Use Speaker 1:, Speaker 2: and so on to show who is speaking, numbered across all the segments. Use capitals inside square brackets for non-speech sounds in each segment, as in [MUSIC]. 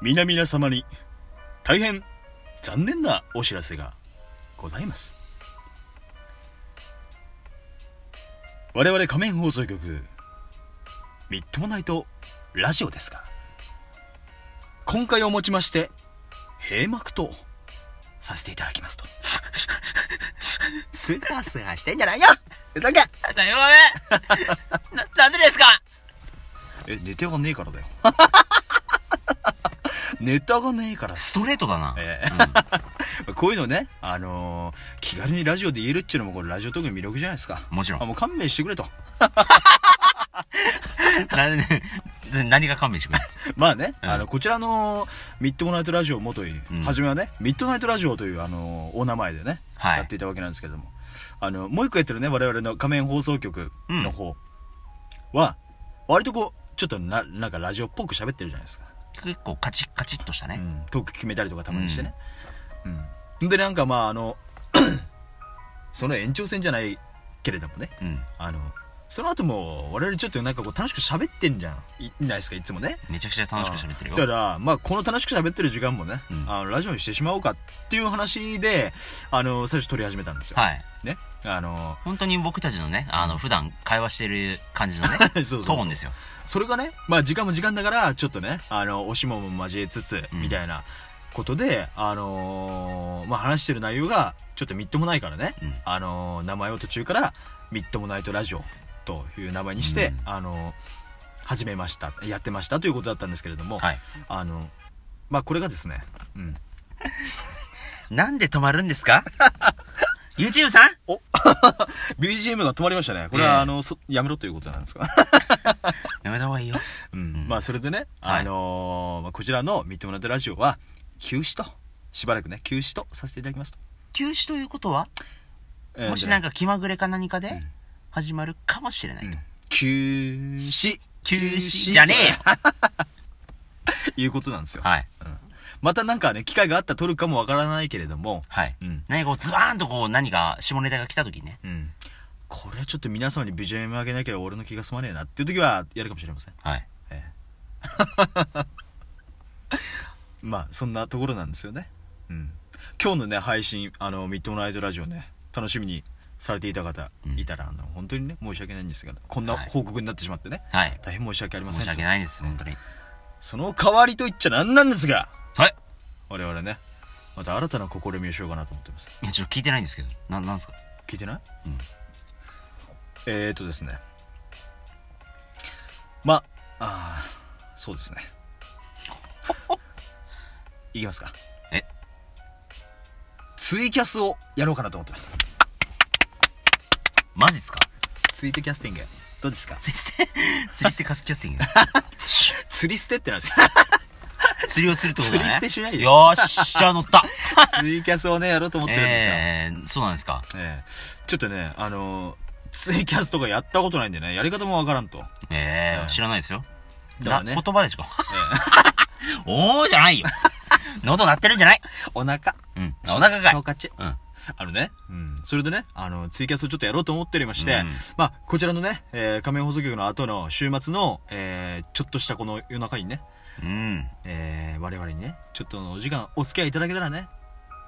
Speaker 1: 皆々様に大変残念なお知らせがございます我々仮面放送局みっともないとラジオですが今回をもちまして閉幕とさせていただきますとすがすがしてんじゃないよふざけ
Speaker 2: だよ、おめな、なんでですか
Speaker 1: えネタがねえからだよ [LAUGHS] ネタがねえから
Speaker 2: ストレートだな。
Speaker 1: ええ [LAUGHS] こういうのね、あのー気軽にラジオで言えるっていうのもこれラジオトークの魅力じゃないですか
Speaker 2: うんもちろ
Speaker 1: あ
Speaker 2: ん。
Speaker 1: もう勘弁してくれと [LAUGHS]
Speaker 2: なね何が勘弁してくれるんですか
Speaker 1: まあね、
Speaker 2: うん
Speaker 1: あのこちらのミッドナイトラジオもとい、
Speaker 2: うん
Speaker 1: 初めはねミッドナイトラジオという、あのーお名前でね、
Speaker 2: は
Speaker 1: やっ
Speaker 2: い。
Speaker 1: ていたわけなんですけどもあのもう一個やってるね我々の仮面放送局の方は、割とこうちょっとななんかラジオっぽく喋ってるじゃないですか
Speaker 2: 結構カチッカチッとした
Speaker 1: う
Speaker 2: ね。
Speaker 1: ん、トーク決めたりとかたまにしてね、うん、でなんかまああの [CLEARS THROAT] その延長戦じゃないけれどもね
Speaker 2: うん。
Speaker 1: あのその後も我々ちょっとなんかこう楽しく喋ってんじゃんいないですかいつもね
Speaker 2: めちゃくちゃ楽しく喋ってる
Speaker 1: だ
Speaker 2: よ。
Speaker 1: からまあこの楽しく喋ってる時間もね、
Speaker 2: うん
Speaker 1: あのラジオにしてしまおうかっていう話であの最初撮り始めたんですよ、
Speaker 2: はい。
Speaker 1: ねあの [LAUGHS]
Speaker 2: 本当に僕たちのね、あの、普段会話してる感 [LAUGHS] じのね、
Speaker 1: そうそう
Speaker 2: ト
Speaker 1: そ
Speaker 2: ー
Speaker 1: う
Speaker 2: ンですよ。
Speaker 1: それがねまあ時間も時間だからちょっとねあのおしもも交えつつ、
Speaker 2: うん
Speaker 1: みたいなことであのーまあ話してる内容がちょっとみっともないからね
Speaker 2: うん。
Speaker 1: あのー名前を途中から「みっともないとラジオ」という名前にして、
Speaker 2: うん
Speaker 1: あのー始めましたやってましたということだったんですけれども、
Speaker 2: はい。
Speaker 1: あのまあこれがですね、 [LAUGHS] うん、
Speaker 2: なんで止まるんですか [LAUGHS] ?YouTube さん
Speaker 1: BGM が止まりましたねこれ
Speaker 2: ええ
Speaker 1: はあの、そやめろということなんですか、
Speaker 2: やめた方がいいよ。
Speaker 1: うんまあそれでね、
Speaker 2: はい
Speaker 1: あのーまあ、こちらの「みっともないとラジオ」は休止としばらくね休止とさせていただきますと、
Speaker 2: 休止ということは、
Speaker 1: えー
Speaker 2: もしなんか気まぐれか何かで
Speaker 1: ん
Speaker 2: 始まるかもしれな
Speaker 1: う
Speaker 2: い
Speaker 1: ん
Speaker 2: と。
Speaker 1: 休止
Speaker 2: 休止じゃねえよ
Speaker 1: [LAUGHS] いうことなんですよ、
Speaker 2: はい。
Speaker 1: またなんかね機会があったら撮るかもわからないけれども
Speaker 2: はい。
Speaker 1: うん、
Speaker 2: 何かこうズバーンとこう何か下ネタが来た時にね。
Speaker 1: うん、これはちょっと皆様に BGM 上げなければ俺の気が済まねえなっていう時はやるかもしれません、
Speaker 2: はい。
Speaker 1: ええ、まあそんなところなんですよね、うん、今日のね配信あのミッドナイトラジオね楽しみにされていた方
Speaker 2: うん
Speaker 1: いたら、あの本当にね申し訳ないんですがこんな
Speaker 2: はい
Speaker 1: 報告になってしまってね、
Speaker 2: はい。
Speaker 1: 大変申し訳ありません
Speaker 2: 申し訳ないです、本当に。
Speaker 1: その代わりと言っちゃなんなんですが
Speaker 2: はい。
Speaker 1: 我々ねまた新たな試みをしようかなと思ってます
Speaker 2: いや、ちょっと聞いてないんですけど。な、なんですか
Speaker 1: 聞いてない、
Speaker 2: うん
Speaker 1: えー、っとですねまああーそうですね [LAUGHS] いきますか
Speaker 2: え
Speaker 1: ツイキャスをやろうかなと思ってます
Speaker 2: マジっすか
Speaker 1: ツイートキャスティングどうですか
Speaker 2: 釣り捨 [LAUGHS] て、釣り捨てカスキャスティング。
Speaker 1: [LAUGHS] 釣り捨てって [LAUGHS] なんですよ
Speaker 2: 釣りをするってことだね。
Speaker 1: 釣り捨てしないよ
Speaker 2: よーし、じゃあ乗 [LAUGHS] った。
Speaker 1: ツイキャスをねやろうと思ってるんですよ、え
Speaker 2: えー、そうなんですか。
Speaker 1: えちょっとねあのーツイキャスとかやったことないんでねやり方もわからんと
Speaker 2: え
Speaker 1: う
Speaker 2: ー、
Speaker 1: ん
Speaker 2: 知らないですよ。
Speaker 1: だから
Speaker 2: な
Speaker 1: ね
Speaker 2: 言葉でしか。
Speaker 1: え
Speaker 2: [LAUGHS] おーじゃないよ。 [LAUGHS] 喉鳴ってるんじゃない
Speaker 1: え [LAUGHS] お腹
Speaker 2: うん。あお腹かい。
Speaker 1: 消化ち
Speaker 2: うん。
Speaker 1: あのね、うん、それでね、あの、ツイキャスをちょっとやろうと思っておりまして、
Speaker 2: うん
Speaker 1: まあ、こちらのね、えー仮面放送局の後の週末の、えーちょっとしたこの夜中にね、
Speaker 2: うん。
Speaker 1: えー我々にね、ちょっとのお時間、お付き合いいただけたらね、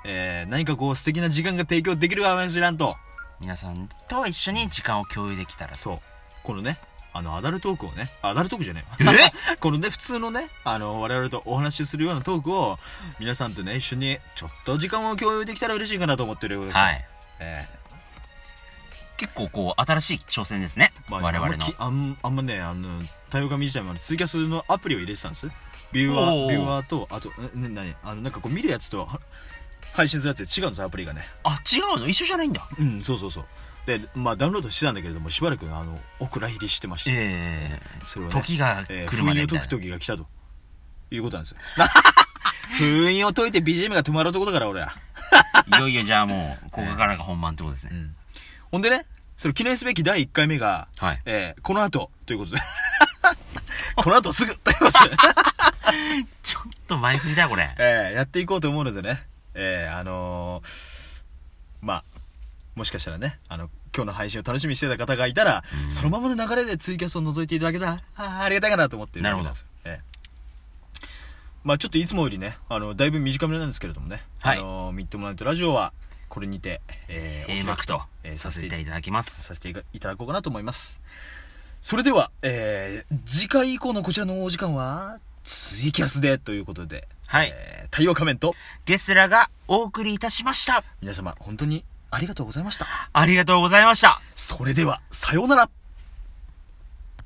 Speaker 1: えー何かこう素敵な時間が提供できるかもしらんと。
Speaker 2: 皆さんと一緒に時間を共有できたら。
Speaker 1: そう。このね、あの、アダルトークをね、アダルトークじゃね
Speaker 2: え
Speaker 1: えわ [LAUGHS] このね、普通のね、あの、我々とお話しするようなトークを、皆さんとね、一緒に、ちょっと時間を共有できたら嬉しいかなと思ってるようです。。
Speaker 2: [LAUGHS] はいい。
Speaker 1: えー
Speaker 2: 結構こう、新しい挑戦ですね。
Speaker 1: まあ、
Speaker 2: 我々
Speaker 1: あんま
Speaker 2: の
Speaker 1: き。あんあんまねあの太陽神自体もあのツイキャスのアプリを入れてたんですビューワー
Speaker 2: おー
Speaker 1: ビューワーとあとななにあのなんかこう見るやつとは配信するやつで違うんですアプリがね
Speaker 2: あ、違うの一緒じゃないんだ。
Speaker 1: うんそうそうそうでまあダウンロードしてたんだけれどもしばらくあのお蔵入りしてまして
Speaker 2: え
Speaker 1: それ
Speaker 2: え
Speaker 1: はね
Speaker 2: 時が
Speaker 1: えー
Speaker 2: 来る
Speaker 1: 封
Speaker 2: まで
Speaker 1: 印を解
Speaker 2: みたいな
Speaker 1: く時が来たということなん
Speaker 2: [LAUGHS]
Speaker 1: ですよ封印を解いて BGM が止まるとこだから俺は、
Speaker 2: いよいよじゃあもう、ここからが本番ってことですね。
Speaker 1: ほんでねそれ記念すべき第1回目が
Speaker 2: はい。
Speaker 1: えーこの後というこ
Speaker 2: [LAUGHS]
Speaker 1: とでこの後すぐということで
Speaker 2: ちょっと前振りだ、これ。
Speaker 1: えーやっていこうと思うのでね、えーあのーまあ、もしかしたらね、あの、今日の配信を楽しみにしてた方がいたら、
Speaker 2: うん
Speaker 1: そのままの流れでツイキャスを覗いていただけたら、あーありがたいかなと思ってる
Speaker 2: なるほど
Speaker 1: わけんですよえまあちょっといつもよりね、あの、だいぶ短めなんですけれどもね、
Speaker 2: はい
Speaker 1: あの、ミッドモナイトラジオは、これにて、えー、
Speaker 2: 閉幕と
Speaker 1: えー
Speaker 2: させていただきます。
Speaker 1: させていただこうかなと思いますそれでは、えー次回以降のこちらのお時間はツイキャスでということで、
Speaker 2: はい。
Speaker 1: えー太陽仮面と
Speaker 2: ゲスラがお送りいたしました。
Speaker 1: 皆様本当にありがとうございました
Speaker 2: ありがとうございました。
Speaker 1: それではさようなら